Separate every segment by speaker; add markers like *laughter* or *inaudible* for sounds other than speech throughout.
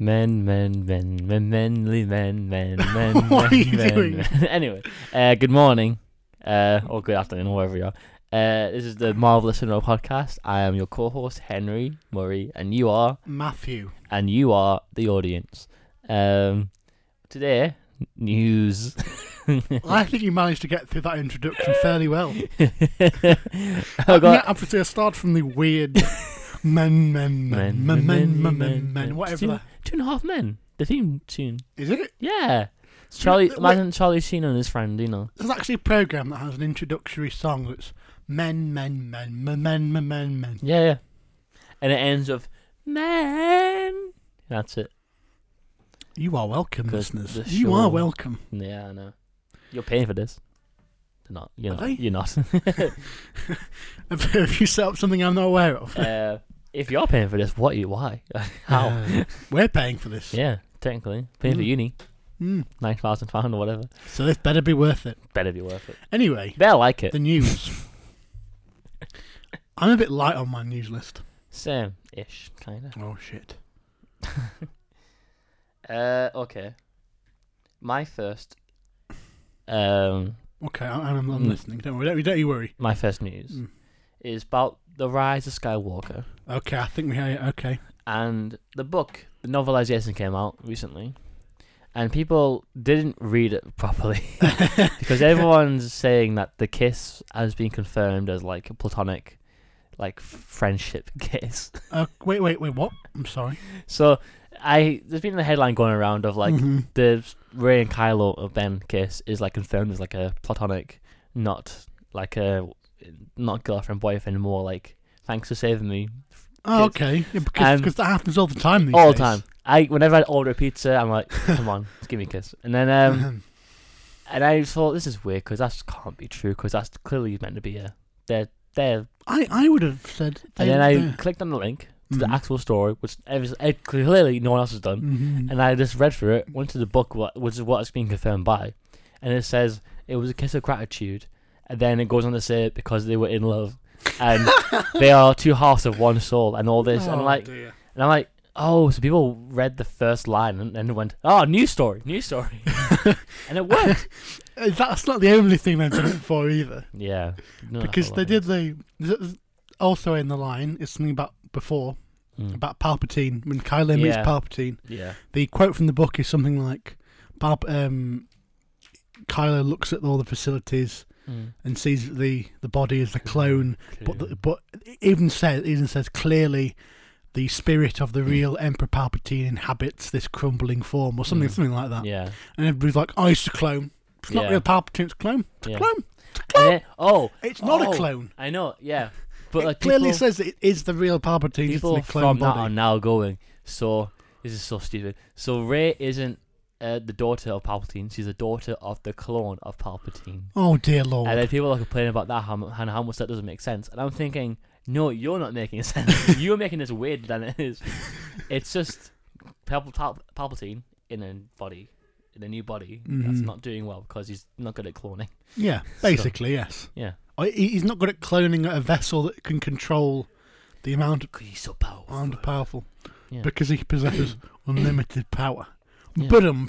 Speaker 1: Men, men, men, men, menly men, men, men, men.
Speaker 2: *laughs* What are you
Speaker 1: men,
Speaker 2: doing?
Speaker 1: men. *laughs* anyway, uh, good morning, uh, or good afternoon, wherever you are. Uh, this is the Marvelous Cinema Podcast. I am your co-host Henry Murray, and you are, *laughs*
Speaker 2: Matthew.
Speaker 1: and you are the audience. Um, today, news. *laughs*
Speaker 2: I think you managed to get through that introduction
Speaker 1: *laughs*
Speaker 2: fairly well.
Speaker 1: oh
Speaker 2: Yeah,
Speaker 1: god,
Speaker 2: obviously, I start from
Speaker 1: *laughs*
Speaker 2: the weird men, men, men, men, men, men, men, men,
Speaker 1: Two-
Speaker 2: whatever. that-
Speaker 1: two and a half men. The theme tune.
Speaker 2: Is it?
Speaker 1: Yeah. It's Charlie,
Speaker 2: wait.
Speaker 1: imagine Charlie Sheen and his friend, you know.
Speaker 2: There's actually a program that has an introductory song that's men, men, men, men, men, men, men, men.
Speaker 1: Yeah, yeah. And it ends with man. That's it.
Speaker 2: You are welcome,
Speaker 1: Because
Speaker 2: listeners.
Speaker 1: the
Speaker 2: You are
Speaker 1: show-
Speaker 2: welcome. *laughs*
Speaker 1: Yeah, I know. You're paying for this. They're not. You're
Speaker 2: Are
Speaker 1: not.
Speaker 2: they?
Speaker 1: You're
Speaker 2: *laughs*
Speaker 1: not.
Speaker 2: Have you set up something I'm not aware of?
Speaker 1: uh, if you're paying for this, what? You why? *laughs* How?
Speaker 2: Uh, we're paying for this.
Speaker 1: yeah, technically paying for
Speaker 2: Mm.
Speaker 1: uni,
Speaker 2: Mm.
Speaker 1: nine thousand pound or whatever.
Speaker 2: So this better be worth it.
Speaker 1: Better be worth it.
Speaker 2: Anyway,
Speaker 1: They'll like it. *laughs*
Speaker 2: the news. I'm a bit light on my news list.
Speaker 1: Same ish, kind of.
Speaker 2: Oh shit.
Speaker 1: Uh, okay. My first. Um,
Speaker 2: Okay, I- I'm, I'm
Speaker 1: Mm.
Speaker 2: listening. Don't worry. Don't, don't you worry.
Speaker 1: my first news
Speaker 2: Mm.
Speaker 1: is about the rise of Skywalker.
Speaker 2: Okay, I think we hear you.
Speaker 1: *laughs*
Speaker 2: Okay.
Speaker 1: and the book, the novelization came out recently, and people didn't read it *laughs* properly
Speaker 2: *laughs*
Speaker 1: because everyone's saying that the kiss has been confirmed as like a platonic, like friendship *laughs* kiss.
Speaker 2: Uh, wait, wait, wait. What? I'm sorry.
Speaker 1: So I there's been a headline going around of like
Speaker 2: Mhm.
Speaker 1: the Ray and Kylo of Ben kiss is like confirmed as like a platonic, not like a not girlfriend boyfriend, more like thanks for saving me
Speaker 2: Oh,
Speaker 1: kids.
Speaker 2: okay. Yeah, because
Speaker 1: Um,
Speaker 2: 'cause that happens all the time. These
Speaker 1: all the
Speaker 2: days.
Speaker 1: time. I whenever I order a pizza, I'm like, come on, just give me a kiss. And then um,
Speaker 2: *laughs* Mm-hmm.
Speaker 1: and I thought this is weird because that can't be true because that's clearly meant to be a they're they're.
Speaker 2: I, I would have said.
Speaker 1: And then *laughs* I clicked on the link to the
Speaker 2: Mhm.
Speaker 1: actual story, which ev- it- clearly no one else has done.
Speaker 2: Mhm.
Speaker 1: And I just read through it, went to the book, wha- which is what it's been confirmed by, and it says it was a kiss of gratitude. And then it goes on to say because they were in love,
Speaker 2: *laughs*
Speaker 1: and they are two halves of one soul, and all this, and
Speaker 2: Oh,
Speaker 1: like
Speaker 2: dear.
Speaker 1: and I'm like, oh, so people read the first line and, and went, oh, news story, news
Speaker 2: *laughs*
Speaker 1: story. and it worked.
Speaker 2: Uh, that's not the only thing they've done it for either.
Speaker 1: yeah. No,
Speaker 2: Because
Speaker 1: *coughs* that's
Speaker 2: they
Speaker 1: all
Speaker 2: did the th- th- also in the line is something about before
Speaker 1: I
Speaker 2: *laughs*
Speaker 1: mean. Mm.
Speaker 2: about Palpatine when Kylo meets
Speaker 1: Yeah.
Speaker 2: Palpatine.
Speaker 1: Yeah.
Speaker 2: The quote from the book is something like, "Palp um, Kylo looks at all the facilities
Speaker 1: Mm.
Speaker 2: and sees that the the body is the clone, but
Speaker 1: Clear.
Speaker 2: the, but it even says even says clearly." The spirit of the
Speaker 1: Mm.
Speaker 2: real Emperor Palpatine inhabits this crumbling form, or something,
Speaker 1: Mm.
Speaker 2: something like that.
Speaker 1: yeah.
Speaker 2: And everybody's like, "Oh, it's a clone. It's not
Speaker 1: Yeah.
Speaker 2: real Palpatine. It's a clone.
Speaker 1: yeah.
Speaker 2: clone.
Speaker 1: And then- oh,
Speaker 2: It's not
Speaker 1: Oh.
Speaker 2: a clone."
Speaker 1: I know. Yeah. But
Speaker 2: it
Speaker 1: like
Speaker 2: clearly
Speaker 1: people,
Speaker 2: says it is the real Palpatine. It's in
Speaker 1: people
Speaker 2: a clone
Speaker 1: from that
Speaker 2: body.
Speaker 1: are now going. So this is so stupid. So Ray isn't uh, the daughter of Palpatine. She's the daughter of the clone of Palpatine.
Speaker 2: Oh dear lord!
Speaker 1: And then people are complaining about that how, mu- and how much that doesn't make sense. And I'm thinking, no, you're not making *laughs* sense. you're making this weird than it is. It's just Pal- Pal- Palpatine in a body, in a new body that's
Speaker 2: Mhm.
Speaker 1: not doing well because he's not good at cloning.
Speaker 2: yeah, basically yes.
Speaker 1: Yeah,
Speaker 2: Oh, he- He's not good at cloning a vessel that can control the amount of
Speaker 1: because he's so powerful.
Speaker 2: amount of powerful
Speaker 1: Yeah.
Speaker 2: because he possesses
Speaker 1: *clears throat*
Speaker 2: unlimited power.
Speaker 1: Yeah.
Speaker 2: But um,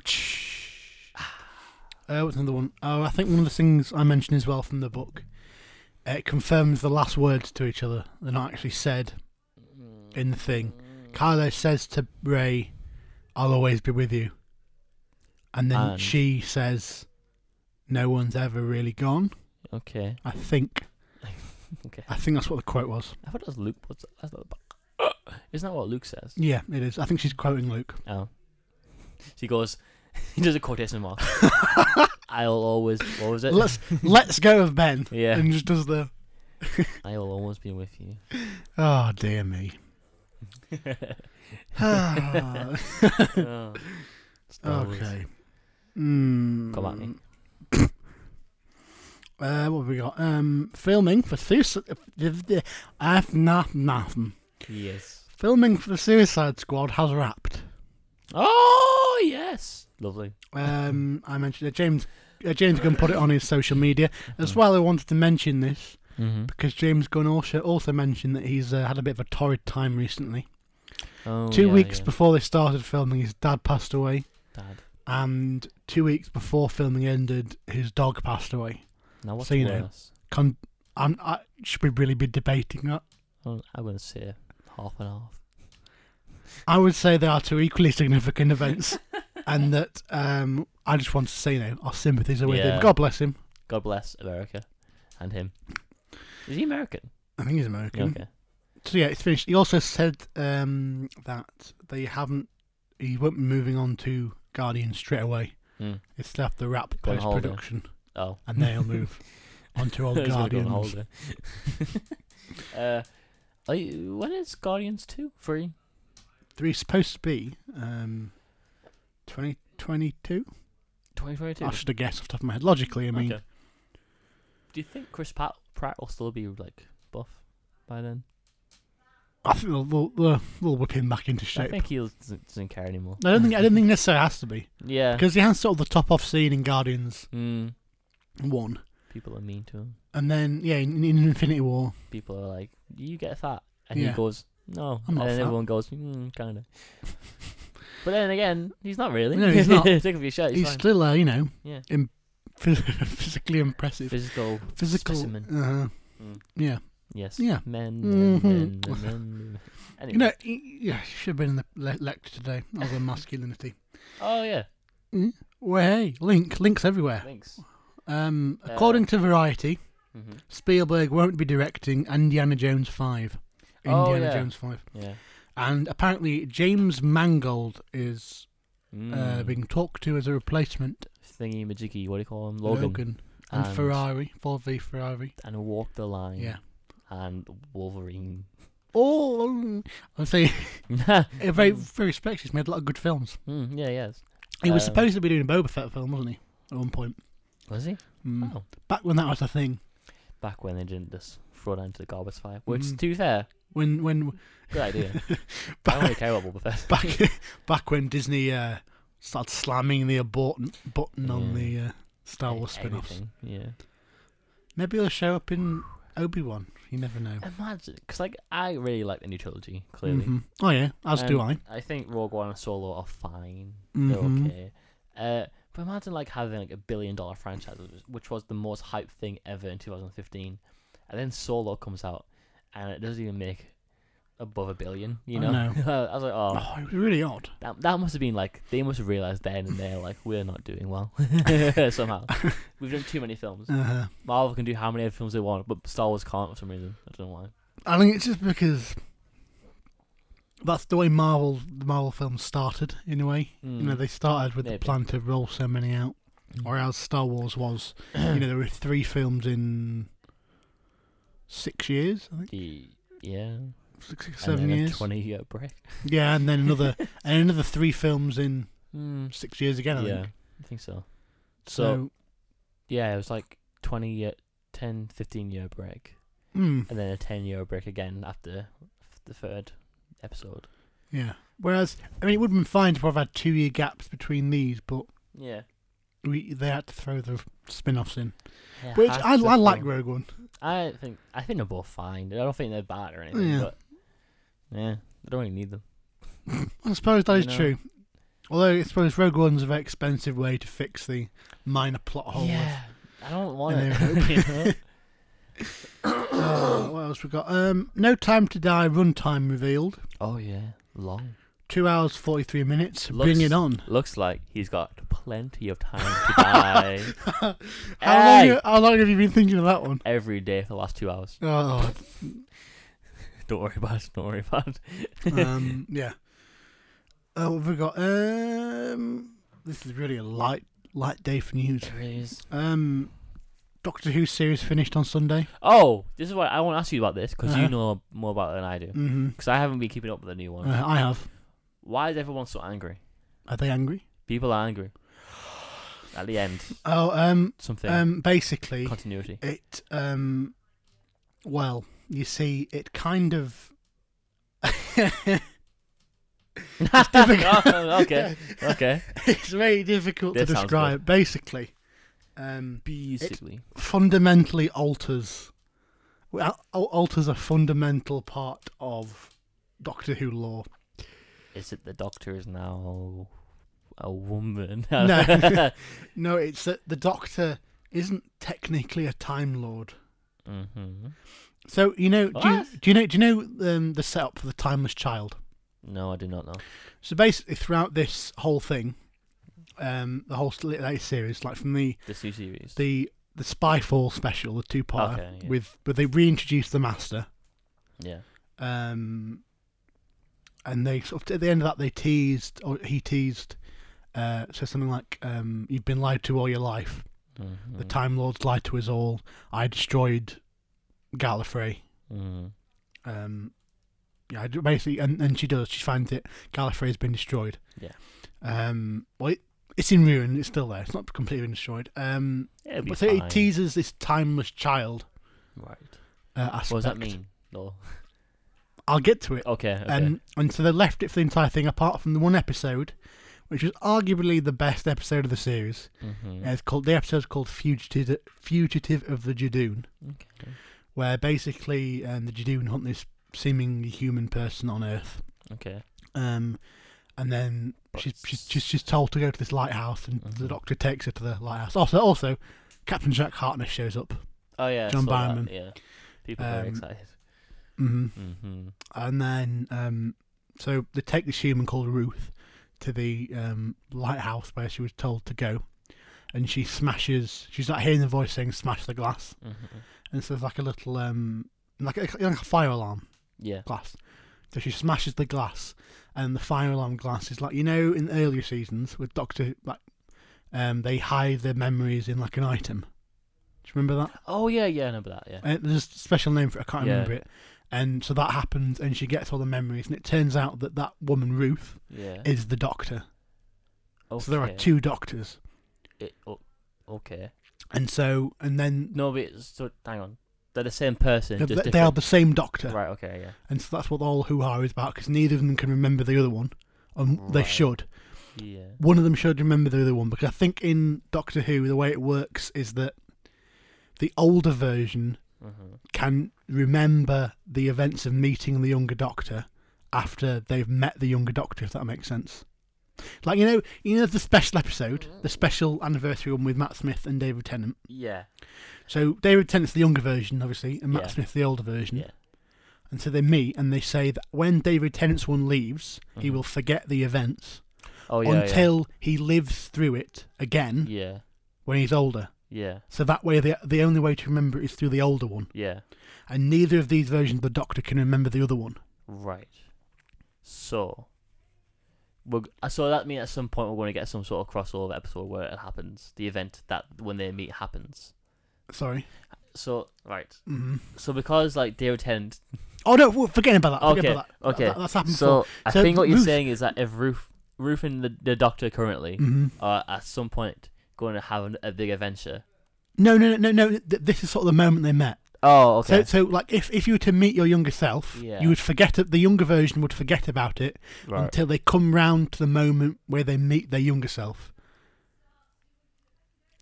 Speaker 2: uh, what's another one? Oh, I think one of the things I mentioned as well from the book. uh, It confirms the last words to each other. They're not actually said in the thing. Kylo says to Ray, "I'll always be with you," and then
Speaker 1: And-
Speaker 2: she says, "No one's ever really gone."
Speaker 1: okay,
Speaker 2: I think.
Speaker 1: *laughs* Okay.
Speaker 2: I think that's what the quote was.
Speaker 1: I thought it was Luke. What's that's not *coughs* Isn't that what Luke says?
Speaker 2: Yeah, it is. I think she's
Speaker 1: *laughs*
Speaker 2: quoting Luke.
Speaker 1: Oh, she goes. *laughs* He does a quotation mark. I'll always. What was it?
Speaker 2: Let's let's go of Ben.
Speaker 1: *laughs* Yeah.
Speaker 2: And just does the
Speaker 1: I'll always be with you.
Speaker 2: Oh
Speaker 1: *laughs*
Speaker 2: dear me. *sighs* Hmm.
Speaker 1: Oh, Star Wars.
Speaker 2: okay. Mm.
Speaker 1: Come eh? at me.
Speaker 2: *coughs* Uh, what have we got? Um, filming for Suicide. I've not nothing.
Speaker 1: Yes.
Speaker 2: Filming for the Suicide Squad has wrapped.
Speaker 1: Oh yes. Lovely.
Speaker 2: Um, I mentioned uh, James. Uh, James Gunn put it on his social media
Speaker 1: Mm.
Speaker 2: as well. I wanted to mention this
Speaker 1: Mm-hmm.
Speaker 2: because James Gunn also also mentioned that he's uh, had a bit of a torrid time recently.
Speaker 1: Oh,
Speaker 2: Two
Speaker 1: yeah,
Speaker 2: weeks
Speaker 1: yeah.
Speaker 2: before they started filming, his dad passed away,
Speaker 1: Dad.
Speaker 2: and two weeks before filming ended, his dog passed away.
Speaker 1: Now what's
Speaker 2: So, you know.
Speaker 1: worse?
Speaker 2: Con- I'm, I should we really be debating that?
Speaker 1: Oh, I wouldn't say half and half.
Speaker 2: I would say they are two equally significant
Speaker 1: *laughs*
Speaker 2: events, and that um, I just want to say, you know, our sympathies are with
Speaker 1: Yeah.
Speaker 2: him. God bless him.
Speaker 1: God bless America and him. Is he American?
Speaker 2: I think he's American.
Speaker 1: Okay.
Speaker 2: So yeah, it's finished. He also said um, that they haven't. He won't be moving on to Guardian straight away.
Speaker 1: Hmm.
Speaker 2: It's left the rap
Speaker 1: Go on
Speaker 2: post
Speaker 1: holiday.
Speaker 2: production,
Speaker 1: Oh.
Speaker 2: and
Speaker 1: *laughs*
Speaker 2: they'll move on to old
Speaker 1: He's gonna go on
Speaker 2: Guardians.
Speaker 1: holiday. *laughs* uh, are you, when is Guardians 2? 3?
Speaker 2: Three supposed to be um, twenty twenty two.
Speaker 1: 2022?
Speaker 2: I should have guessed off the top of my head. Logically, I mean,
Speaker 1: Okay. Do you think Chris Pat- Pratt will still be, like, buff by then?
Speaker 2: I think they'll, they'll, they'll, they'll whip him back into
Speaker 1: I
Speaker 2: shape.
Speaker 1: think he doesn't, doesn't care anymore.
Speaker 2: I don't
Speaker 1: *laughs*
Speaker 2: think I don't think necessarily has to be
Speaker 1: Yeah.
Speaker 2: because he has sort of the top off scene in Guardians
Speaker 1: Mm,
Speaker 2: one,
Speaker 1: people are mean to him.
Speaker 2: and then yeah, in, in Infinity War,
Speaker 1: People are like, you get fat. And he
Speaker 2: Yeah.
Speaker 1: goes, no.
Speaker 2: I'm not
Speaker 1: and then
Speaker 2: fat.
Speaker 1: everyone goes, mm,
Speaker 2: *laughs*
Speaker 1: kind of. but then again, he's not really.
Speaker 2: No, he's not.
Speaker 1: *laughs* Take off your shirt, he's,
Speaker 2: he's
Speaker 1: fine.
Speaker 2: still uh, you know *laughs*
Speaker 1: Yeah.
Speaker 2: im- phys- physically impressive,
Speaker 1: Physical.
Speaker 2: physical
Speaker 1: specimen.
Speaker 2: Uh,
Speaker 1: Mm.
Speaker 2: Yeah,
Speaker 1: Yes.
Speaker 2: Yeah.
Speaker 1: Men. men,
Speaker 2: Mhm.
Speaker 1: men,
Speaker 2: *laughs*
Speaker 1: men, men. Anyway.
Speaker 2: you know, he, yeah, he should have been in the le- lecture today on masculinity.
Speaker 1: Oh yeah.
Speaker 2: Well, hey, link links everywhere.
Speaker 1: Thanks.
Speaker 2: Um,
Speaker 1: Uh,
Speaker 2: according to Variety,
Speaker 1: hmm
Speaker 2: Mm-hmm. Spielberg won't be directing Indiana Jones five.
Speaker 1: Oh,
Speaker 2: Indiana
Speaker 1: yeah.
Speaker 2: Jones five,
Speaker 1: Yeah.
Speaker 2: and apparently James Mangold is uh,
Speaker 1: Mm.
Speaker 2: being talked to as a replacement.
Speaker 1: Thingy majiggy. What do you call him? Logan.
Speaker 2: and, Ferrari, Ford v Ferrari.
Speaker 1: And walk the line.
Speaker 2: Yeah.
Speaker 1: And Wolverine. *laughs*
Speaker 2: Oh, I say *laughs*
Speaker 1: mm,
Speaker 2: a very very respected. He's made a lot of good films.
Speaker 1: yeah. Yes.
Speaker 2: He was
Speaker 1: Um,
Speaker 2: supposed to be doing a Boba Fett film, wasn't he? At one point,
Speaker 1: Was he?
Speaker 2: mm.
Speaker 1: Oh.
Speaker 2: back when that was a thing.
Speaker 1: Back when they didn't just throw down to the garbage fire, which is
Speaker 2: Mm.
Speaker 1: too fair.
Speaker 2: When when
Speaker 1: Good
Speaker 2: *laughs*
Speaker 1: idea. I don't really
Speaker 2: back
Speaker 1: care about Boba Fett.
Speaker 2: *laughs* back, back when Disney uh, started slamming the abort button on
Speaker 1: Yeah.
Speaker 2: the uh, Star Wars spin-offs.
Speaker 1: Everything, Yeah.
Speaker 2: Maybe he'll show up in Obi Wan. You never know.
Speaker 1: Imagine, because like I really like the new trilogy. Clearly.
Speaker 2: Mhm. Oh yeah, as do I.
Speaker 1: Um, I think Rogue One and Solo are fine.
Speaker 2: Mhm.
Speaker 1: they're okay. Uh, but imagine like having like a billion dollar franchise, which was- which was the most hyped thing ever in 2015, and then Solo comes out, and it doesn't even make above a billion. You
Speaker 2: I
Speaker 1: know,
Speaker 2: know.
Speaker 1: *laughs* I was like, oh,
Speaker 2: Oh, it was really odd.
Speaker 1: that, that must have been like they must have realized then and there like we're not doing well *laughs* somehow. We've done too many films.
Speaker 2: Uh,
Speaker 1: Marvel can do how many films they want, but Star Wars can't for some reason. I don't know why.
Speaker 2: I think it's just because that's the way Marvel the Marvel films started in a way. You know,
Speaker 1: Mm.
Speaker 2: they started with
Speaker 1: Maybe.
Speaker 2: the plan to roll so many out.
Speaker 1: Hmm.
Speaker 2: Whereas Star Wars was,
Speaker 1: *clears throat*
Speaker 2: you know, there were three films in six years, I think,
Speaker 1: The- yeah,
Speaker 2: six,
Speaker 1: and
Speaker 2: six seven
Speaker 1: then a
Speaker 2: years.
Speaker 1: twenty year break.
Speaker 2: Yeah, and then another *laughs* and another three films in
Speaker 1: Mm.
Speaker 2: six years again. I
Speaker 1: yeah,
Speaker 2: think.
Speaker 1: I think so.
Speaker 2: So,
Speaker 1: So, yeah, it was like 20 year, 10, 15 year break,
Speaker 2: mm,
Speaker 1: and then a 10 year break again after f- the third episode.
Speaker 2: yeah. Whereas, I mean, it would have been fine to have had two year gaps between these, but
Speaker 1: Yeah.
Speaker 2: we they had to throw the spin offs in,
Speaker 1: It
Speaker 2: which
Speaker 1: has
Speaker 2: I, I
Speaker 1: to
Speaker 2: like
Speaker 1: feel-
Speaker 2: Rogue One.
Speaker 1: I think I think they're both fine. I don't think they're bad or anything.
Speaker 2: Yeah.
Speaker 1: But yeah, I don't really need them.
Speaker 2: I suppose that
Speaker 1: You
Speaker 2: is
Speaker 1: know?
Speaker 2: true. Although I suppose Rogue One's a very expensive way to fix the minor plot hole. of- *clears throat*
Speaker 1: yeah, I don't want
Speaker 2: and
Speaker 1: *laughs* it. you know?
Speaker 2: Uh, what else we got? Um, no Time to Die runtime revealed.
Speaker 1: Oh yeah, long.
Speaker 2: Two hours forty three minutes.
Speaker 1: Looks-
Speaker 2: Bring it on.
Speaker 1: Looks like he's got plenty of time to *laughs* die
Speaker 2: *laughs* how,
Speaker 1: Hey!
Speaker 2: long, how long have you been thinking of that one?
Speaker 1: every day for the last two hours.
Speaker 2: Oh,
Speaker 1: *laughs* Don't worry about it. Don't worry about it.
Speaker 2: um, yeah. Oh, what have we got? Um, this is really a light light day for news.
Speaker 1: It really is.
Speaker 2: Um, Doctor Who series finished on Sunday.
Speaker 1: Oh, this is what I want to ask you about this because you
Speaker 2: Uh-huh.
Speaker 1: know more about it than I do.
Speaker 2: Mm-hmm.
Speaker 1: Because I haven't been keeping up with the new one.
Speaker 2: Uh, I have.
Speaker 1: Why is everyone so angry?
Speaker 2: Are they angry?
Speaker 1: People are angry. At the end,
Speaker 2: Oh, um,
Speaker 1: something
Speaker 2: um, basically,
Speaker 1: continuity.
Speaker 2: it um well you see it kind
Speaker 1: *laughs*
Speaker 2: of difficult.
Speaker 1: *laughs* Oh,
Speaker 2: *laughs*
Speaker 1: okay, okay.
Speaker 2: it's very difficult
Speaker 1: That
Speaker 2: to
Speaker 1: sounds
Speaker 2: describe basically um
Speaker 1: Basically,
Speaker 2: fundamentally alters well, al- alters a fundamental part of doctor who lore
Speaker 1: Is it the doctor is now a woman?
Speaker 2: *laughs*
Speaker 1: *laughs*
Speaker 2: No. No, it's that the Doctor isn't technically a Time Lord.
Speaker 1: hmm
Speaker 2: So you know, do you,
Speaker 1: What?
Speaker 2: do you know, do you know um, the setup for the Timeless Child?
Speaker 1: No, I do not know.
Speaker 2: So basically, throughout this whole thing, um, the whole s- latest series, like from the
Speaker 1: The two series.
Speaker 2: the the Spyfall special, the two part
Speaker 1: Okay, yeah.
Speaker 2: with, but they reintroduced the Master,
Speaker 1: yeah.
Speaker 2: um, and they sort of at the end of that they teased or he teased, uh, says something like, um, "You've been lied to all your life. The
Speaker 1: Mhm.
Speaker 2: Time Lords lied to us all. I destroyed Gallifrey."
Speaker 1: Mhm.
Speaker 2: Um, yeah, I do- basically, and, and she does. She finds it. Gallifrey has been destroyed.
Speaker 1: Yeah.
Speaker 2: Um, well, it, it's in ruin. It's still there. It's not completely been destroyed. Um,
Speaker 1: It'll be
Speaker 2: but so it
Speaker 1: fine.
Speaker 2: teases this timeless child
Speaker 1: Right.
Speaker 2: uh, aspect.
Speaker 1: What does that mean? No.
Speaker 2: I'll get to it.
Speaker 1: Okay. okay.
Speaker 2: Um, and so they left it for the entire thing, apart from the one episode, which was arguably the best episode of the series.
Speaker 1: Mhm.
Speaker 2: Uh, It's called the episode's called "Fugitive Fugitive of the Jadoon,"
Speaker 1: Okay.
Speaker 2: where basically um, the Jadoon hunt this seemingly human person on Earth.
Speaker 1: Okay.
Speaker 2: Um, and then
Speaker 1: But
Speaker 2: she's, she's she's she's told to go to this lighthouse, and the
Speaker 1: Mhm.
Speaker 2: doctor takes her to the lighthouse. Also, also, Captain Jack Hartness shows up,
Speaker 1: Oh yeah. I
Speaker 2: John
Speaker 1: saw that,
Speaker 2: Barrowman.
Speaker 1: Yeah. People are very
Speaker 2: Um,
Speaker 1: excited.
Speaker 2: hmm
Speaker 1: Mhm.
Speaker 2: and then um, so they take this human called Ruth to the um lighthouse where she was told to go, and she smashes. She's not hearing the voice saying "smash the glass,"
Speaker 1: Mhm.
Speaker 2: and so there's like a little um like a, like a fire alarm
Speaker 1: Yeah.
Speaker 2: glass. So she smashes the glass, and the fire alarm glass is like you know in earlier seasons with Doctor like, um, they hide their memories in like an item. Do you remember that?
Speaker 1: Oh yeah. Yeah. I remember that. Yeah.
Speaker 2: Uh, there's a special name for it. I can't
Speaker 1: Yeah.
Speaker 2: remember it. And so that happens, and she gets all the memories, and it turns out that that woman Ruth
Speaker 1: Yeah.
Speaker 2: is the Doctor.
Speaker 1: okay.
Speaker 2: So there are two Doctors,
Speaker 1: It- oh, okay.
Speaker 2: and so and then
Speaker 1: No, but it's, so, hang on. They're the same person.
Speaker 2: they,
Speaker 1: just
Speaker 2: they are
Speaker 1: different-
Speaker 2: the same Doctor,
Speaker 1: Right. Okay. Yeah.
Speaker 2: and so that's what the whole hoo ha is about because neither of them can remember the other one, and they
Speaker 1: Right.
Speaker 2: should.
Speaker 1: Yeah.
Speaker 2: one of them should remember the other one because I think in Doctor Who the way it works is that the older version
Speaker 1: Mm-hmm.
Speaker 2: can remember the events of meeting the younger Doctor after they've met the younger Doctor, if that makes sense. Like you know, you know the special episode, the special anniversary one with Matt Smith and David Tennant.
Speaker 1: Yeah.
Speaker 2: So David Tennant's the younger version, obviously, and Matt
Speaker 1: Yeah.
Speaker 2: Smith the older version.
Speaker 1: Yeah.
Speaker 2: And so they meet and they say that when David Tennant's one leaves, he
Speaker 1: Mhm.
Speaker 2: will forget the events
Speaker 1: Oh yeah.
Speaker 2: until he lives through it again
Speaker 1: Yeah.
Speaker 2: when he's older.
Speaker 1: Yeah.
Speaker 2: So that way, the the only way to remember is through the older one,
Speaker 1: Yeah.
Speaker 2: and neither of these versions of the Doctor can remember the other one.
Speaker 1: Right. So. We're, g- so that means at some point we're going to get some sort of crossover episode where it happens. The event that when they meet happens.
Speaker 2: Sorry.
Speaker 1: So right.
Speaker 2: hmm
Speaker 1: So because like David Tennant.
Speaker 2: Oh no, well, forget about that. Forget
Speaker 1: Okay,
Speaker 2: about that.
Speaker 1: okay.
Speaker 2: That- that's happened
Speaker 1: So I
Speaker 2: So
Speaker 1: think what you're
Speaker 2: Ruth-
Speaker 1: saying is that if Ruth, Ruth and the, the Doctor currently
Speaker 2: before. hmm
Speaker 1: are at some point going to have an, a big adventure.
Speaker 2: No, no, no, no. no, Th- this is sort of the moment they met.
Speaker 1: Oh, okay.
Speaker 2: So, so like, if if you were to meet your younger self,
Speaker 1: Yeah.
Speaker 2: you would forget the younger version would forget about it
Speaker 1: right.
Speaker 2: until they come round to the moment where they meet their younger self.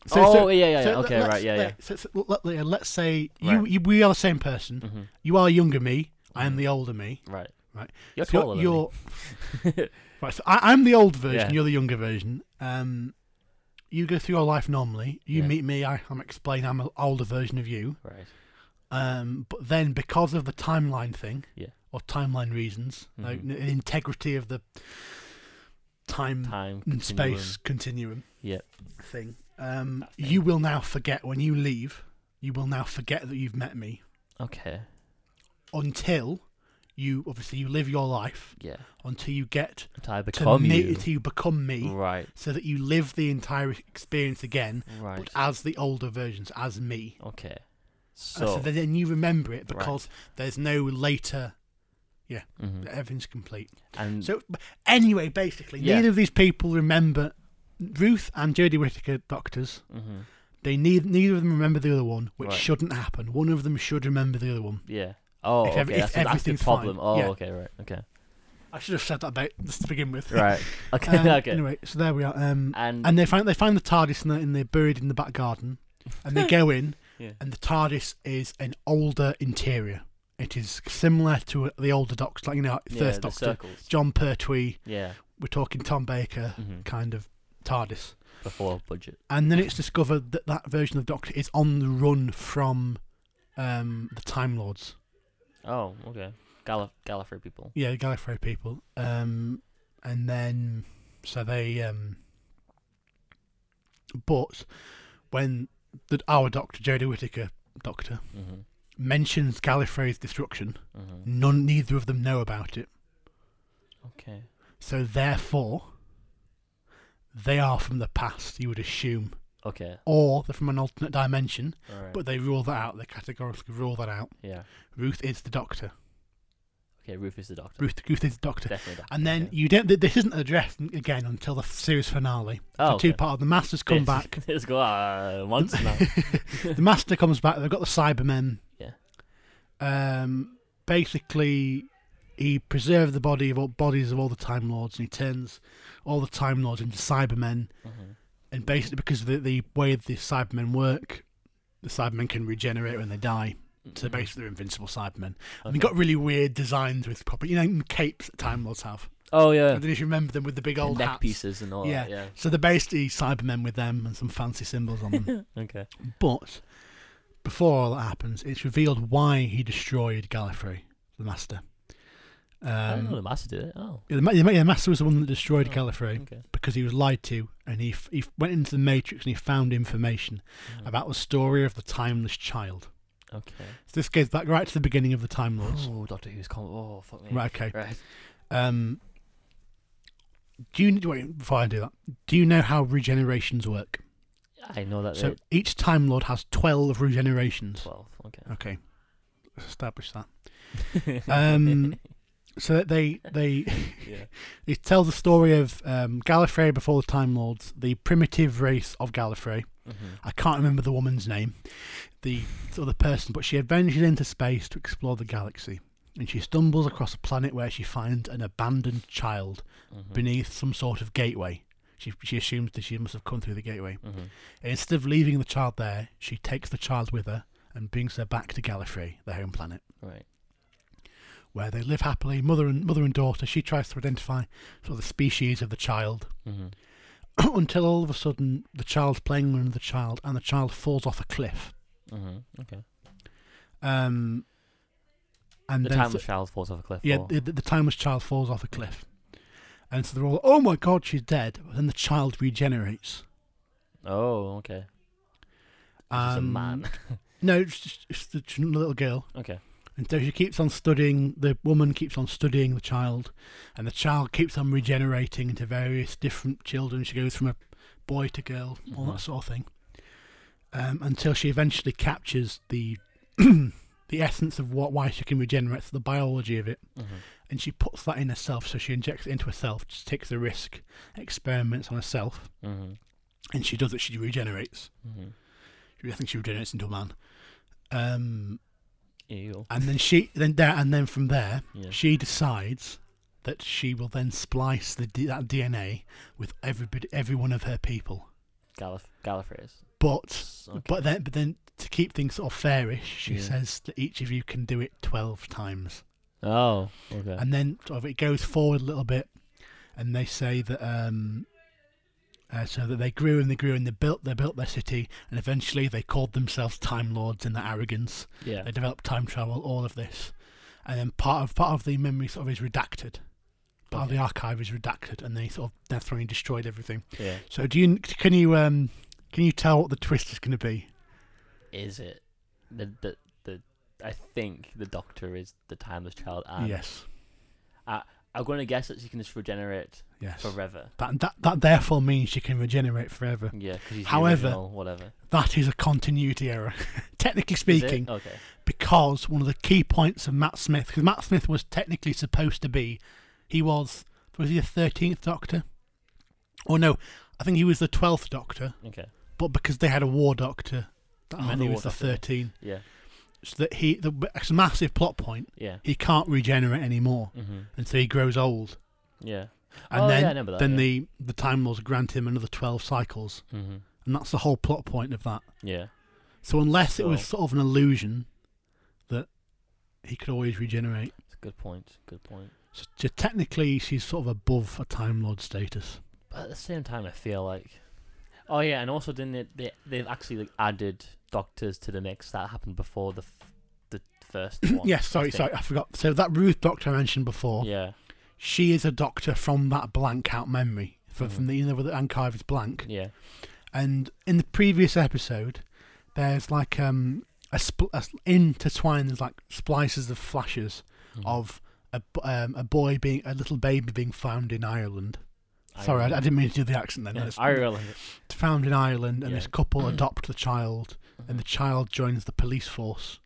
Speaker 2: So-
Speaker 1: oh,
Speaker 2: so-
Speaker 1: yeah, yeah, yeah.
Speaker 2: so
Speaker 1: okay,
Speaker 2: let's-
Speaker 1: right, yeah, yeah.
Speaker 2: let- so- so let- let- let's say you,
Speaker 1: Right.
Speaker 2: you, we are the same person.
Speaker 1: Mm-hmm.
Speaker 2: You are younger me. I am
Speaker 1: Mhm.
Speaker 2: the older me.
Speaker 1: Right.
Speaker 2: Right.
Speaker 1: You're
Speaker 2: So
Speaker 1: taller than *laughs* me.
Speaker 2: right. So I, I'm the old version.
Speaker 1: Yeah.
Speaker 2: You're the younger version. Um, you go through your life normally. You
Speaker 1: Yeah.
Speaker 2: meet me. I, I'm explain. I'm an older version of you.
Speaker 1: right.
Speaker 2: Um, but then because of the timeline thing,
Speaker 1: Yeah.
Speaker 2: or timeline reasons, like
Speaker 1: Mhm.
Speaker 2: the integrity of the time,
Speaker 1: Time.
Speaker 2: and
Speaker 1: continuum.
Speaker 2: space continuum,
Speaker 1: Yep.
Speaker 2: thing, um,
Speaker 1: That thing.
Speaker 2: you will now forget when you leave. You will now forget that you've met me
Speaker 1: Okay.
Speaker 2: until you obviously you live your life
Speaker 1: Yeah.
Speaker 2: until you get
Speaker 1: Until I
Speaker 2: to
Speaker 1: become
Speaker 2: me,
Speaker 1: you.
Speaker 2: to become me,
Speaker 1: Right.
Speaker 2: so that you live the entire experience again,
Speaker 1: Right.
Speaker 2: but as the older versions, as me.
Speaker 1: Okay.
Speaker 2: And So,
Speaker 1: So.
Speaker 2: that then you remember it
Speaker 1: Right.
Speaker 2: because there's no later.
Speaker 1: mhm.
Speaker 2: Everything's complete.
Speaker 1: And
Speaker 2: So but anyway, basically,
Speaker 1: Mm. Yeah.
Speaker 2: neither of these people remember Ruth and Jodie Whittaker doctors.
Speaker 1: mhm.
Speaker 2: They need, neither of them remember the other one, which
Speaker 1: Right.
Speaker 2: shouldn't happen. One of them should remember the other one.
Speaker 1: yeah. Oh,
Speaker 2: If
Speaker 1: okay.
Speaker 2: every- if
Speaker 1: that's, the- that's the
Speaker 2: everything's
Speaker 1: problem.
Speaker 2: fine,
Speaker 1: Oh,
Speaker 2: yeah.
Speaker 1: okay. Right. Okay.
Speaker 2: I should have said that about just to begin with. *laughs*
Speaker 1: Right. *laughs* Okay.
Speaker 2: Um,
Speaker 1: okay.
Speaker 2: Anyway, so there we are. Um,
Speaker 1: and.
Speaker 2: and they find they find the TARDIS and they're, and they're buried in
Speaker 1: *laughs*
Speaker 2: the back garden, and they go in,
Speaker 1: Yeah.
Speaker 2: and the TARDIS is an older interior. It is similar to the older Doctor, like you know,
Speaker 1: Yeah,
Speaker 2: First
Speaker 1: the
Speaker 2: Doctor,
Speaker 1: circles.
Speaker 2: John Pertwee.
Speaker 1: Yeah,
Speaker 2: We're talking Tom Baker
Speaker 1: mhm,
Speaker 2: kind of TARDIS,
Speaker 1: before budget.
Speaker 2: and then it's discovered that that version of Doctor is on the run from um, the Time Lords.
Speaker 1: Oh, okay. Gallif- Gallifrey people.
Speaker 2: Yeah, the Gallifrey people. Um, and then so they um, but when the, our Doctor Jodie Whittaker Doctor
Speaker 1: Mhm,
Speaker 2: mentions Gallifrey's destruction,
Speaker 1: mhm.
Speaker 2: none neither of them know about it.
Speaker 1: Okay.
Speaker 2: So therefore, they are from the past. You would assume,
Speaker 1: Okay.
Speaker 2: or they're from an alternate dimension.
Speaker 1: All right.
Speaker 2: But they rule that out. They categorically rule that out.
Speaker 1: yeah.
Speaker 2: Ruth is the Doctor.
Speaker 1: Okay. Ruth is the doctor.
Speaker 2: Ruth, Ruth is the Doctor.
Speaker 1: Definitely. Doctor.
Speaker 2: And then
Speaker 1: okay.
Speaker 2: you don't. th- This isn't addressed again until the series finale.
Speaker 1: oh,
Speaker 2: the two
Speaker 1: okay.
Speaker 2: part of the Masters come
Speaker 1: Yes.
Speaker 2: back.
Speaker 1: *laughs* It's go uh, once
Speaker 2: *laughs*
Speaker 1: now.
Speaker 2: The Master comes back. They've got the Cybermen.
Speaker 1: Yeah.
Speaker 2: Um. Basically, he preserved the body of all bodies of all the Time Lords, and he turns all the Time Lords into Cybermen.
Speaker 1: Mhm.
Speaker 2: And basically, because of the, the way the Cybermen work, the Cybermen can regenerate when they die. So
Speaker 1: Mhm.
Speaker 2: basically, they're invincible Cybermen. And
Speaker 1: Mm-hmm. Okay.
Speaker 2: they got really weird designs with proper, you know, capes that Time Lords have.
Speaker 1: oh
Speaker 2: I
Speaker 1: yeah.
Speaker 2: don't know if you remember them with the big
Speaker 1: The
Speaker 2: old
Speaker 1: neck
Speaker 2: hats.
Speaker 1: pieces and all
Speaker 2: Yeah.
Speaker 1: that. Yeah.
Speaker 2: So they're basically Cybermen with them and some fancy symbols
Speaker 1: *laughs*
Speaker 2: on them.
Speaker 1: Okay.
Speaker 2: but before all that happens, it's revealed why he destroyed Gallifrey, the Master.
Speaker 1: I don't know
Speaker 2: Um,
Speaker 1: the master did it. Oh.
Speaker 2: yeah, the, ma- yeah, the Master was the one that destroyed
Speaker 1: Oh,
Speaker 2: Gallifrey
Speaker 1: Okay.
Speaker 2: because he was lied to, and he f- he f- went into the Matrix and he found information
Speaker 1: Mhm.
Speaker 2: about the story of the Timeless Child.
Speaker 1: Okay.
Speaker 2: So this goes back right to the beginning of the Time Lords.
Speaker 1: Oh, Doctor Who's com. Oh, fuck me.
Speaker 2: right. Okay.
Speaker 1: Right.
Speaker 2: Um, do you wait before I do that? Do you know how regenerations work?
Speaker 1: I know that.
Speaker 2: So
Speaker 1: they're
Speaker 2: each Time Lord has twelve regenerations.
Speaker 1: Uh, Twelve. Okay. *laughs*
Speaker 2: Okay, let's establish that. Um, so that they they
Speaker 1: *laughs*
Speaker 2: *laughs*
Speaker 1: yeah.
Speaker 2: they tell the story of um, Gallifrey before the Time Lords, the primitive race of Gallifrey.
Speaker 1: Mhm.
Speaker 2: I can't remember the woman's name, the other person, but she adventures into space to explore the galaxy. And she stumbles across a planet where she finds an abandoned child
Speaker 1: Mhm.
Speaker 2: beneath some sort of gateway. She, she assumes that she must have come through the gateway.
Speaker 1: Mhm.
Speaker 2: And instead of leaving the child there, she takes the child with her and brings her back to Gallifrey, their home planet,
Speaker 1: Right.
Speaker 2: where they live happily, mother and mother and daughter. She tries to identify sort of the species of the child *clears throat*
Speaker 1: Mhm.
Speaker 2: until all of a sudden the child's playing with another child and the child falls off a cliff.
Speaker 1: Mhm. Okay.
Speaker 2: Um, and
Speaker 1: the
Speaker 2: then
Speaker 1: timeless child falls off a cliff.
Speaker 2: Yeah,
Speaker 1: or-
Speaker 2: the, the timeless child falls off a cliff. And so they're all, oh my god, she's dead. But then the child regenerates.
Speaker 1: Oh, okay. She's a
Speaker 2: Um,
Speaker 1: man. *laughs*
Speaker 2: No, it's just, it's just a little girl.
Speaker 1: Okay.
Speaker 2: And so she keeps on studying, the woman keeps on studying the child, and the child keeps on regenerating into various different children. She goes from a boy to girl, all
Speaker 1: Mhm.
Speaker 2: that sort of thing, um, until she eventually captures the *clears throat* the essence of what why she can regenerate, so the biology of it,
Speaker 1: Mhm.
Speaker 2: and she puts that in herself. So she injects it into herself, just takes the risk, experiments on herself,
Speaker 1: Mhm.
Speaker 2: and she does it. She regenerates.
Speaker 1: Mhm.
Speaker 2: I think she regenerates into a man. Um,
Speaker 1: Ew.
Speaker 2: and then she then there and then from there
Speaker 1: Yeah.
Speaker 2: she decides that she will then splice the D- that DNA with everybody, every one of her people.
Speaker 1: Gallif- Gallifrey's.
Speaker 2: But
Speaker 1: Okay.
Speaker 2: but then but then to keep things sort of fairish, she
Speaker 1: Yeah.
Speaker 2: says that each of you can do it twelve times,
Speaker 1: Oh, okay.
Speaker 2: and then sort of it goes forward a little bit, and they say that um. Uh, so that they grew and they grew and they built they built their city and eventually they called themselves Time Lords in their arrogance.
Speaker 1: yeah.
Speaker 2: They developed time travel, all of this, and then part of part of the memory sort of is redacted. Part of the
Speaker 1: Okay.
Speaker 2: archive is redacted, and they sort of that's when he destroyed everything.
Speaker 1: yeah.
Speaker 2: So do you can you um can you tell what the twist is going to be?
Speaker 1: Is it the the the? I think the Doctor is the timeless child. And
Speaker 2: yes,
Speaker 1: I'm going to guess that she can just regenerate
Speaker 2: yes.
Speaker 1: forever.
Speaker 2: That that that therefore means she can regenerate forever.
Speaker 1: Yeah, because he's
Speaker 2: However,
Speaker 1: the original, whatever.
Speaker 2: That is a continuity error, *laughs* technically
Speaker 1: Is it?
Speaker 2: speaking,
Speaker 1: Okay.
Speaker 2: because one of the key points of Matt Smith, because Matt Smith was technically supposed to be, he was was he the thirteenth Doctor, or no, I think he was the twelfth Doctor.
Speaker 1: Okay.
Speaker 2: but because they had a war doctor, that
Speaker 1: Oh,
Speaker 2: meant
Speaker 1: the
Speaker 2: he
Speaker 1: war
Speaker 2: was the
Speaker 1: doctor.
Speaker 2: thirteen.
Speaker 1: Yeah.
Speaker 2: So that he, the, it's a massive plot point.
Speaker 1: Yeah.
Speaker 2: He can't regenerate anymore,
Speaker 1: Mm-hmm.
Speaker 2: and so he grows old.
Speaker 1: Yeah.
Speaker 2: And
Speaker 1: oh,
Speaker 2: then,
Speaker 1: yeah, I remember that.
Speaker 2: then
Speaker 1: yeah.
Speaker 2: the the Time Lords grant him another twelve cycles,
Speaker 1: Mm-hmm.
Speaker 2: and that's the whole plot point of that.
Speaker 1: Yeah. Oh.
Speaker 2: So unless it was
Speaker 1: So-
Speaker 2: sort of an illusion that he could always regenerate.
Speaker 1: It's a good point. Good point.
Speaker 2: So, so technically, she's sort of above a Time Lord status.
Speaker 1: But at the same time, I feel like, oh yeah, and also didn't it, they they've actually like added doctors to the mix that happened before the f- the
Speaker 2: *coughs*
Speaker 1: first one.
Speaker 2: yes,
Speaker 1: I
Speaker 2: sorry,
Speaker 1: think.
Speaker 2: sorry, I forgot. So that Ruth Doctor I mentioned before,
Speaker 1: Yeah,
Speaker 2: she is a doctor from that blank out memory, from, from
Speaker 1: Mhm.
Speaker 2: the you know, where the archive is blank.
Speaker 1: yeah,
Speaker 2: And in the previous episode, there's like um a, spl- a s- intertwined there's like splices of flashes
Speaker 1: Mhm.
Speaker 2: of a b- um, a boy being a little baby being found in Ireland. Sorry, I, I
Speaker 1: Ireland.
Speaker 2: didn't mean to do the accent then.
Speaker 1: Mm-hmm. Yeah,
Speaker 2: It's
Speaker 1: Ireland.
Speaker 2: found in Ireland, and
Speaker 1: Yeah. *clears throat*
Speaker 2: this couple adopt the child, and the child joins the police force.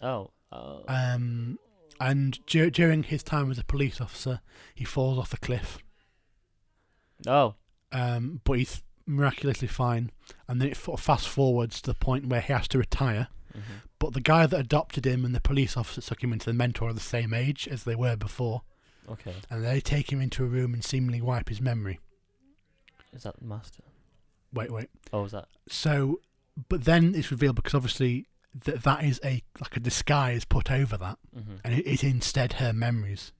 Speaker 1: Oh, oh,
Speaker 2: Um, and dur- during his time as a police officer, he falls off the cliff,
Speaker 1: oh,
Speaker 2: um, but he's miraculously fine. And then it f- fast forwards to the point where he has to retire.
Speaker 1: mhm.
Speaker 2: But the guy that adopted him and the police officer that took him into the mentor are the same age as they were before,
Speaker 1: okay.
Speaker 2: and they take him into a room and seemingly wipe his memory.
Speaker 1: Is that the master?
Speaker 2: Wait, wait.
Speaker 1: Oh, is that?
Speaker 2: So, but then it's revealed because obviously that that is a like a disguise put over that,
Speaker 1: Mm-hmm.
Speaker 2: and it is instead her memories.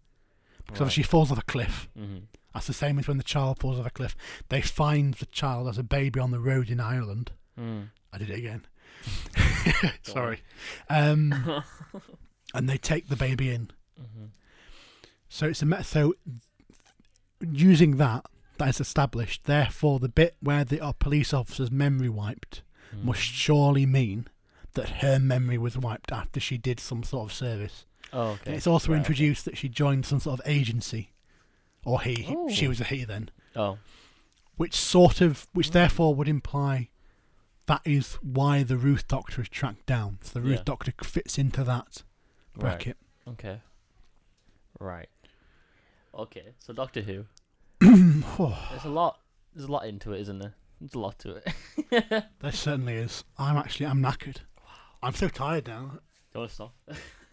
Speaker 2: Because obviously she falls off a cliff.
Speaker 1: Mm-hmm.
Speaker 2: That's the same as when the child falls off a cliff. They find the child as a baby on the road in Ireland.
Speaker 1: Mm.
Speaker 2: I did it again. *laughs* Sorry. Um, and they take the baby in.
Speaker 1: Mhm.
Speaker 2: So it's a met. So using that, that is established. Therefore, the bit where the our police officer's memory wiped
Speaker 1: Mm.
Speaker 2: must surely mean that her memory was wiped after she did some sort of service.
Speaker 1: Oh,
Speaker 2: And
Speaker 1: okay.
Speaker 2: it's also
Speaker 1: Right, okay.
Speaker 2: introduced that she joined some sort of agency, or he. he- She
Speaker 1: Oh.
Speaker 2: was a he then,
Speaker 1: Oh,
Speaker 2: which sort of, which therefore would imply. That is why the Ruth Doctor is tracked down. So the Ruth
Speaker 1: Yeah.
Speaker 2: Doctor fits into that
Speaker 1: right.
Speaker 2: bracket.
Speaker 1: Okay. Right. Okay. So Doctor
Speaker 2: *coughs*
Speaker 1: Who. There's a lot. There's a lot into it, isn't there? There's a lot to it. *laughs*
Speaker 2: There certainly is. I'm actually I'm knackered. I'm so
Speaker 1: *laughs*
Speaker 2: tired now.
Speaker 1: Don't wanna stop.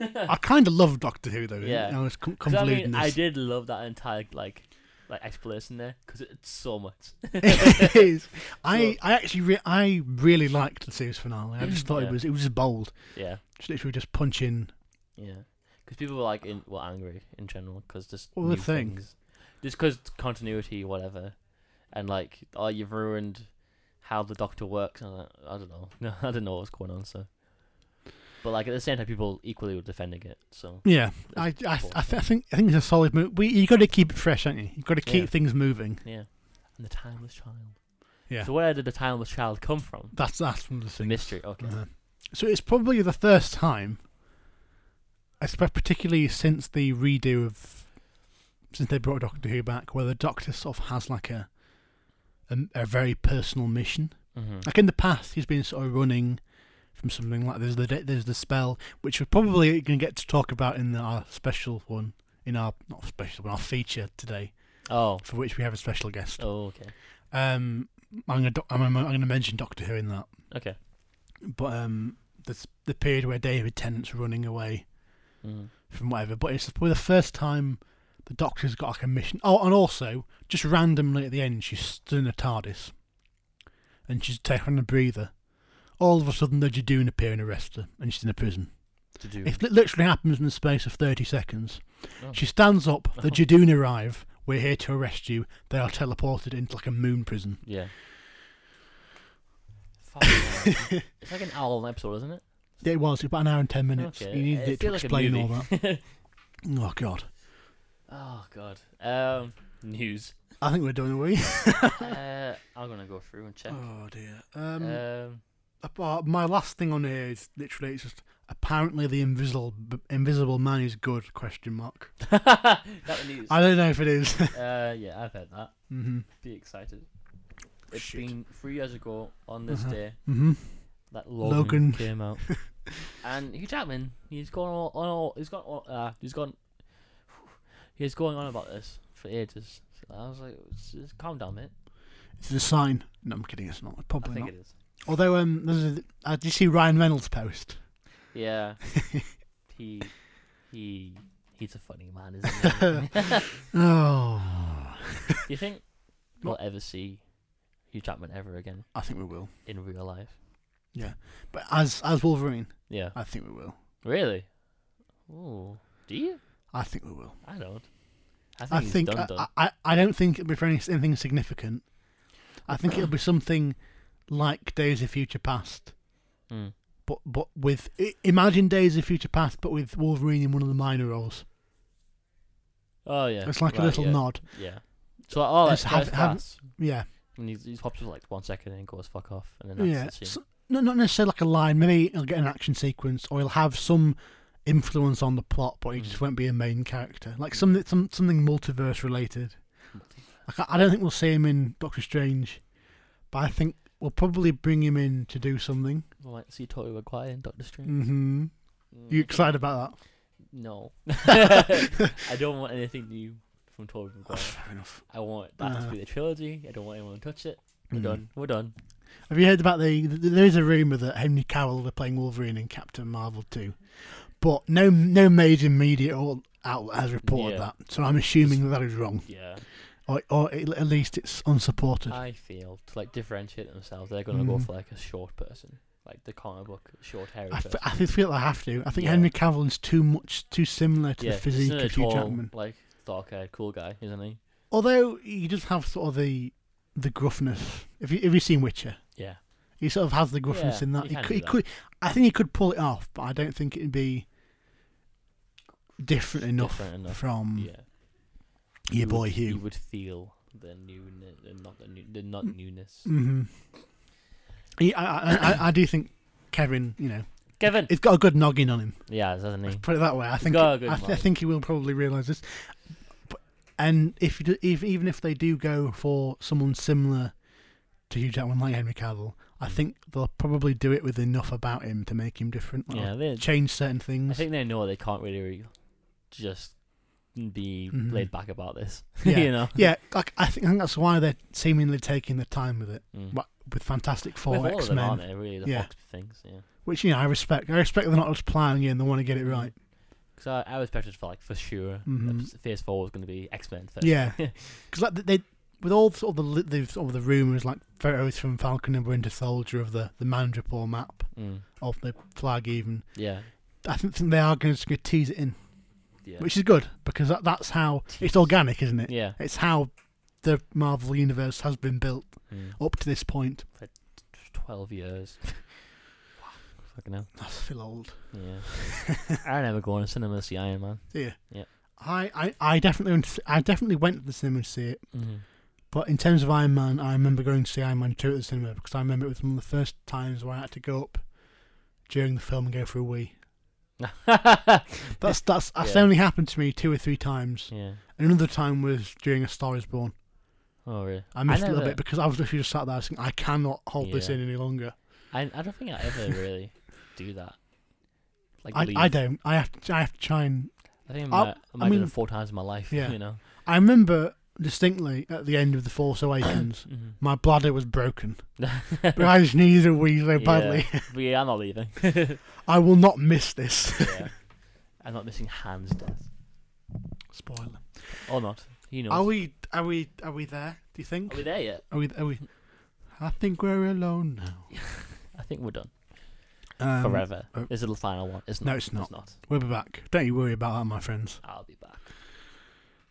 Speaker 2: I kind of love Doctor Who though.
Speaker 1: Yeah.
Speaker 2: You know, it's con-
Speaker 1: 'Cause I mean,
Speaker 2: convoluted.
Speaker 1: I did love that entire like, like explanation there because it's so much.
Speaker 2: *laughs* it is. I
Speaker 1: Well-
Speaker 2: I actually re- I really liked the series finale. I
Speaker 1: *clears throat*
Speaker 2: just thought
Speaker 1: Yeah.
Speaker 2: it was it was just bold.
Speaker 1: *laughs* yeah.
Speaker 2: Just literally just punching.
Speaker 1: Yeah. Because people were like in, were angry in general because just
Speaker 2: Well, the
Speaker 1: new
Speaker 2: thing-
Speaker 1: things, just because continuity, whatever, and like oh you've ruined how the Doctor works. And I, I don't know. *laughs* No, I don't know what's going on. So, but like at the same time, people equally were defending it. So
Speaker 2: Yeah. I I,
Speaker 1: That's
Speaker 2: I,
Speaker 1: cool.
Speaker 2: th- I think I think it's a solid move. We you got to keep it fresh, aren't you? You got to keep
Speaker 1: Yeah.
Speaker 2: things moving.
Speaker 1: yeah, and the timeless child.
Speaker 2: Yeah.
Speaker 1: So where did the timeless child come from?
Speaker 2: That's that's one of
Speaker 1: The
Speaker 2: the things.
Speaker 1: mystery. Okay.
Speaker 2: Uh-huh. So it's probably the first time, espe- particularly since the redo of, since they brought Doctor Who back, where the Doctor sort of has like a, a, a very personal mission.
Speaker 1: Mm-hmm.
Speaker 2: Like in the past, he's been sort of running from something like there's the de- there's the spell, which we're probably going to get to talk about in our special one, in our not special, but our feature today,
Speaker 1: Oh.
Speaker 2: for which we have a special guest.
Speaker 1: Oh. Okay.
Speaker 2: Um, I'm going to I'm going to mention Doctor Who in that
Speaker 1: Okay.
Speaker 2: but um, the the period where David Tennant's running away
Speaker 1: Mm.
Speaker 2: from whatever. But it's probably the first time the Doctor's got like a mission. Oh, and also just randomly at the end, she's stood in a TARDIS, and she's taking a breather. All of a sudden, the Jadoon appear and arrest her, and she's in a prison.
Speaker 1: To do.
Speaker 2: It li- literally happens in the space of 30 seconds.
Speaker 1: Oh.
Speaker 2: She stands up,
Speaker 1: *laughs*
Speaker 2: the
Speaker 1: Oh.
Speaker 2: Jadoon arrive, we're here to arrest you. They are teleported into like a moon prison. *laughs*
Speaker 1: Yeah.
Speaker 2: *laughs*
Speaker 1: Fucking hell. it's like an owl episode, isn't it?
Speaker 2: It was about an hour and 10 minutes.
Speaker 1: Okay,
Speaker 2: You needed
Speaker 1: it
Speaker 2: it, to
Speaker 1: feels like a
Speaker 2: explain all
Speaker 1: movie.
Speaker 2: that. *laughs* Oh, God.
Speaker 1: Oh god. Um,
Speaker 2: *laughs*
Speaker 1: news.
Speaker 2: I think we're done, are we?
Speaker 1: uh, I'm gonna go through and check.
Speaker 2: *laughs* Oh dear.
Speaker 1: Um, *laughs*
Speaker 2: Um, apart- my last thing on here is literally it's just apparently the invisible b- invisible man is good question mark.
Speaker 1: that was news.
Speaker 2: I don't know if it is. *laughs*
Speaker 1: uh, yeah, I've heard that.
Speaker 2: mhm.
Speaker 1: Be excited. It's
Speaker 2: Shit.
Speaker 1: been three years ago on this
Speaker 2: Uh-huh.
Speaker 1: day
Speaker 2: Mhm.
Speaker 1: that Logan,
Speaker 2: Logan.
Speaker 1: came
Speaker 2: *laughs*
Speaker 1: out, and Hugh Jackman, he's gone all, on all, he's gone, all, uh, he's gone, *sighs* he's going on about this for ages. So I was like, "Just- just calm down, mate.
Speaker 2: It's a sign. No, I'm kidding. It's not.
Speaker 1: I
Speaker 2: Probably
Speaker 1: think
Speaker 2: not.
Speaker 1: it is.
Speaker 2: Although, um, there's a, uh, did you see Ryan Reynolds' post? *laughs*
Speaker 1: Yeah. he, he, he's a funny man, isn't he?
Speaker 2: *laughs* Oh,
Speaker 1: Do you think we'll ever see Hugh Jackman ever again
Speaker 2: I think we will.
Speaker 1: in real life?
Speaker 2: But as as Wolverine,
Speaker 1: Yeah.
Speaker 2: I think we will.
Speaker 1: Really? Oh, do you?
Speaker 2: I think we will.
Speaker 1: I don't. I think
Speaker 2: I
Speaker 1: he's
Speaker 2: think
Speaker 1: done
Speaker 2: I,
Speaker 1: done.
Speaker 2: I, I, I don't think it'll be for any, anything significant. I think it'll be something like Days of Future Past,
Speaker 1: Mm.
Speaker 2: but but with i- imagine Days of Future Past, but with Wolverine in one of the minor roles.
Speaker 1: Oh yeah.
Speaker 2: it's like a
Speaker 1: right,
Speaker 2: little
Speaker 1: yeah,
Speaker 2: nod.
Speaker 1: Yeah. So like, oh, like
Speaker 2: Just have-
Speaker 1: first
Speaker 2: have-
Speaker 1: class.
Speaker 2: Yeah,
Speaker 1: When he, he pops up for like one second and goes fuck off, and then that's
Speaker 2: yeah.
Speaker 1: the scene.
Speaker 2: So- no, not necessarily like a line. Maybe he'll get an action sequence, or he'll have some influence on the plot, but he
Speaker 1: Mm.
Speaker 2: just won't be a main character. Like something some, something multiverse related. Like I, I don't think we'll see him in Doctor Strange, but I think we'll probably bring him in to do something.
Speaker 1: We might see Tory Maguire in Doctor Strange.
Speaker 2: hmm
Speaker 1: Mm,
Speaker 2: You excited about *laughs*
Speaker 1: No, *laughs*
Speaker 2: that?
Speaker 1: I don't want anything new from Tory Maguire.
Speaker 2: Fair enough.
Speaker 1: I want that
Speaker 2: Uh,
Speaker 1: to be the trilogy. I don't want anyone to touch it. We're
Speaker 2: Mm.
Speaker 1: done. We're done.
Speaker 2: Have you heard about the? th- There is a rumor that Henry Cavill will be playing Wolverine in Captain Marvel 2, but no, no major media or outlet has reported
Speaker 1: Yeah.
Speaker 2: that. So I'm assuming that is wrong,
Speaker 1: Yeah.
Speaker 2: or, or at at least it's unsupported.
Speaker 1: I feel to like differentiate themselves, they're gonna go
Speaker 2: Mm.
Speaker 1: for like a short person, like the comic book short hair.
Speaker 2: I, f-
Speaker 1: person.
Speaker 2: I f- feel I have to. I think
Speaker 1: Yeah.
Speaker 2: Henry Cavill is too much, too similar to
Speaker 1: yeah,
Speaker 2: the
Speaker 1: he's
Speaker 2: physique
Speaker 1: another
Speaker 2: of Hugh
Speaker 1: tall,
Speaker 2: Jackman.
Speaker 1: like dark haired, cool guy, isn't he?
Speaker 2: Although he does have sort of the the gruffness. If you if you've seen Witcher,
Speaker 1: Yeah.
Speaker 2: he sort of has the gruffness
Speaker 1: Yeah,
Speaker 2: in that.
Speaker 1: he
Speaker 2: He,
Speaker 1: can
Speaker 2: could,
Speaker 1: do
Speaker 2: he
Speaker 1: that.
Speaker 2: could. I think he could pull it off, but I don't think it'd be different enough,
Speaker 1: Different enough.
Speaker 2: from
Speaker 1: Yeah.
Speaker 2: your
Speaker 1: You
Speaker 2: Mm. boy
Speaker 1: would, You
Speaker 2: Hugh.
Speaker 1: would feel the newness, not the new, the not newness.
Speaker 2: hmm He, I, I, I, I do think Kevin, you know,
Speaker 1: Kevin.
Speaker 2: he's got a good noggin on him.
Speaker 1: yeah, doesn't he?
Speaker 2: Let's put it that way. I
Speaker 1: He's
Speaker 2: think
Speaker 1: got a
Speaker 2: I,
Speaker 1: good
Speaker 2: th- I
Speaker 1: mind.
Speaker 2: think he will probably realise this. But, and if you do, if, even if they do go for someone similar to Hugh Jackman, like Henry
Speaker 1: Mm.
Speaker 2: Cavill, I think they'll probably do it with enough about him to make him different. Like,
Speaker 1: Yeah, they,
Speaker 2: change certain
Speaker 1: I
Speaker 2: things.
Speaker 1: think they know they can't really re- just be
Speaker 2: Mhm.
Speaker 1: laid back about this. *laughs*
Speaker 2: Yeah.
Speaker 1: you know.
Speaker 2: yeah, like I think, I think that's why they're seemingly taking the time with it.
Speaker 1: Mm.
Speaker 2: But with Fantastic
Speaker 1: With
Speaker 2: Four,
Speaker 1: all of
Speaker 2: X
Speaker 1: them, aren't
Speaker 2: Men,
Speaker 1: they? Really, the
Speaker 2: Yeah.
Speaker 1: Fox things. Yeah.
Speaker 2: which you know I respect. I respect they're not just playing you and they want to get it right.
Speaker 1: Mm, Because I, I was expected for like for sure,
Speaker 2: Mhm.
Speaker 1: that Phase Four was going to be X Men first. *laughs*
Speaker 2: Yeah. 'Cause Yeah, because like they, with all sort of the, li- the sort of the rumors, like photos from Falcon and Winter Soldier of the the Mandrapore map
Speaker 1: Mm.
Speaker 2: of the flag, even.
Speaker 1: Yeah.
Speaker 2: I think think they are going to tease it in,
Speaker 1: Yeah.
Speaker 2: which is good because that, that's how
Speaker 1: Tease.
Speaker 2: it's organic, isn't it?
Speaker 1: yeah.
Speaker 2: It's how the Marvel universe has been built
Speaker 1: Mm.
Speaker 2: up to this point.
Speaker 1: Twelve years. *laughs* wow. Fucking hell.
Speaker 2: I feel old. *laughs*
Speaker 1: Yeah. I never go on a cinema to see Iron Man.
Speaker 2: Yeah.
Speaker 1: Yeah.
Speaker 2: I, I, I definitely went to see, I definitely went to the cinema to see it.
Speaker 1: Mm-hmm. *laughs*
Speaker 2: But in terms of Iron Man, I remember going to see Iron Man 2 at the cinema because I remember it was one of the first times where I had to go up during the film and go for a wee. That's that's that's
Speaker 1: Yeah.
Speaker 2: only happened to me two or three times.
Speaker 1: yeah.
Speaker 2: Another time was during A Star Is Born.
Speaker 1: Oh really?
Speaker 2: I missed a
Speaker 1: never,
Speaker 2: little bit because I was literally just sat there saying, I cannot hold this
Speaker 1: Yeah.
Speaker 2: in any longer.
Speaker 1: I I don't think I
Speaker 2: *laughs*
Speaker 1: ever really do that. Like
Speaker 2: I,
Speaker 1: leave.
Speaker 2: I don't. I have to, I have to try and.
Speaker 1: I think I
Speaker 2: I-
Speaker 1: might, I might
Speaker 2: I
Speaker 1: have done
Speaker 2: mean-
Speaker 1: it four times in my life.
Speaker 2: Yeah.
Speaker 1: You know.
Speaker 2: I remember distinctly at the end of The Force Awakens,
Speaker 1: Mhm.
Speaker 2: my bladder was broken. but
Speaker 1: *laughs*
Speaker 2: I just needed a wee so badly.
Speaker 1: But yeah, I'm not leaving.
Speaker 2: *laughs* I will not miss this.
Speaker 1: yeah. I'm not missing Han's death.
Speaker 2: Spoiler.
Speaker 1: Or not. You know.
Speaker 2: Are we? Are we? Are we there? Do you think?
Speaker 1: Are we there yet?
Speaker 2: Are we? Are we? I think we're alone now.
Speaker 1: I think we're done.
Speaker 2: Um,
Speaker 1: Forever.
Speaker 2: oh.
Speaker 1: Is it the final one? It's not.
Speaker 2: No, it's not.
Speaker 1: It's not.
Speaker 2: We'll be back. Don't you worry about that, my friends.
Speaker 1: I'll be back.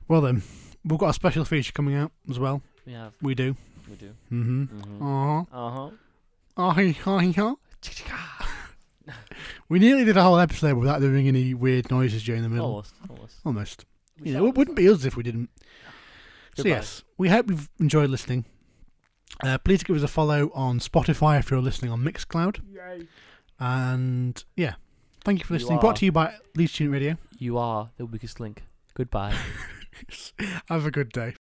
Speaker 2: Well then, we've got a special feature coming out as well.
Speaker 1: We have.
Speaker 2: We do.
Speaker 1: We do.
Speaker 2: Mm-hmm.
Speaker 1: Mm-hmm.
Speaker 2: Aww.
Speaker 1: Uh huh.
Speaker 2: Oh, hi, hi, hi. *laughs* We nearly did a whole episode without doing any weird noises during the middle.
Speaker 1: Almost. Almost.
Speaker 2: Almost.
Speaker 1: Oh, We
Speaker 2: You know,
Speaker 1: shall-
Speaker 2: it wouldn't be us if we didn't. So
Speaker 1: Goodbye.
Speaker 2: yes, we hope you've enjoyed listening. Uh, please give us a follow on Spotify if you're listening on Mixcloud. And yeah, thank you for
Speaker 1: You
Speaker 2: listening.
Speaker 1: are-
Speaker 2: Brought to you by Leeds Student Radio.
Speaker 1: You are the weakest link. Goodbye.
Speaker 2: *laughs* Have a good day.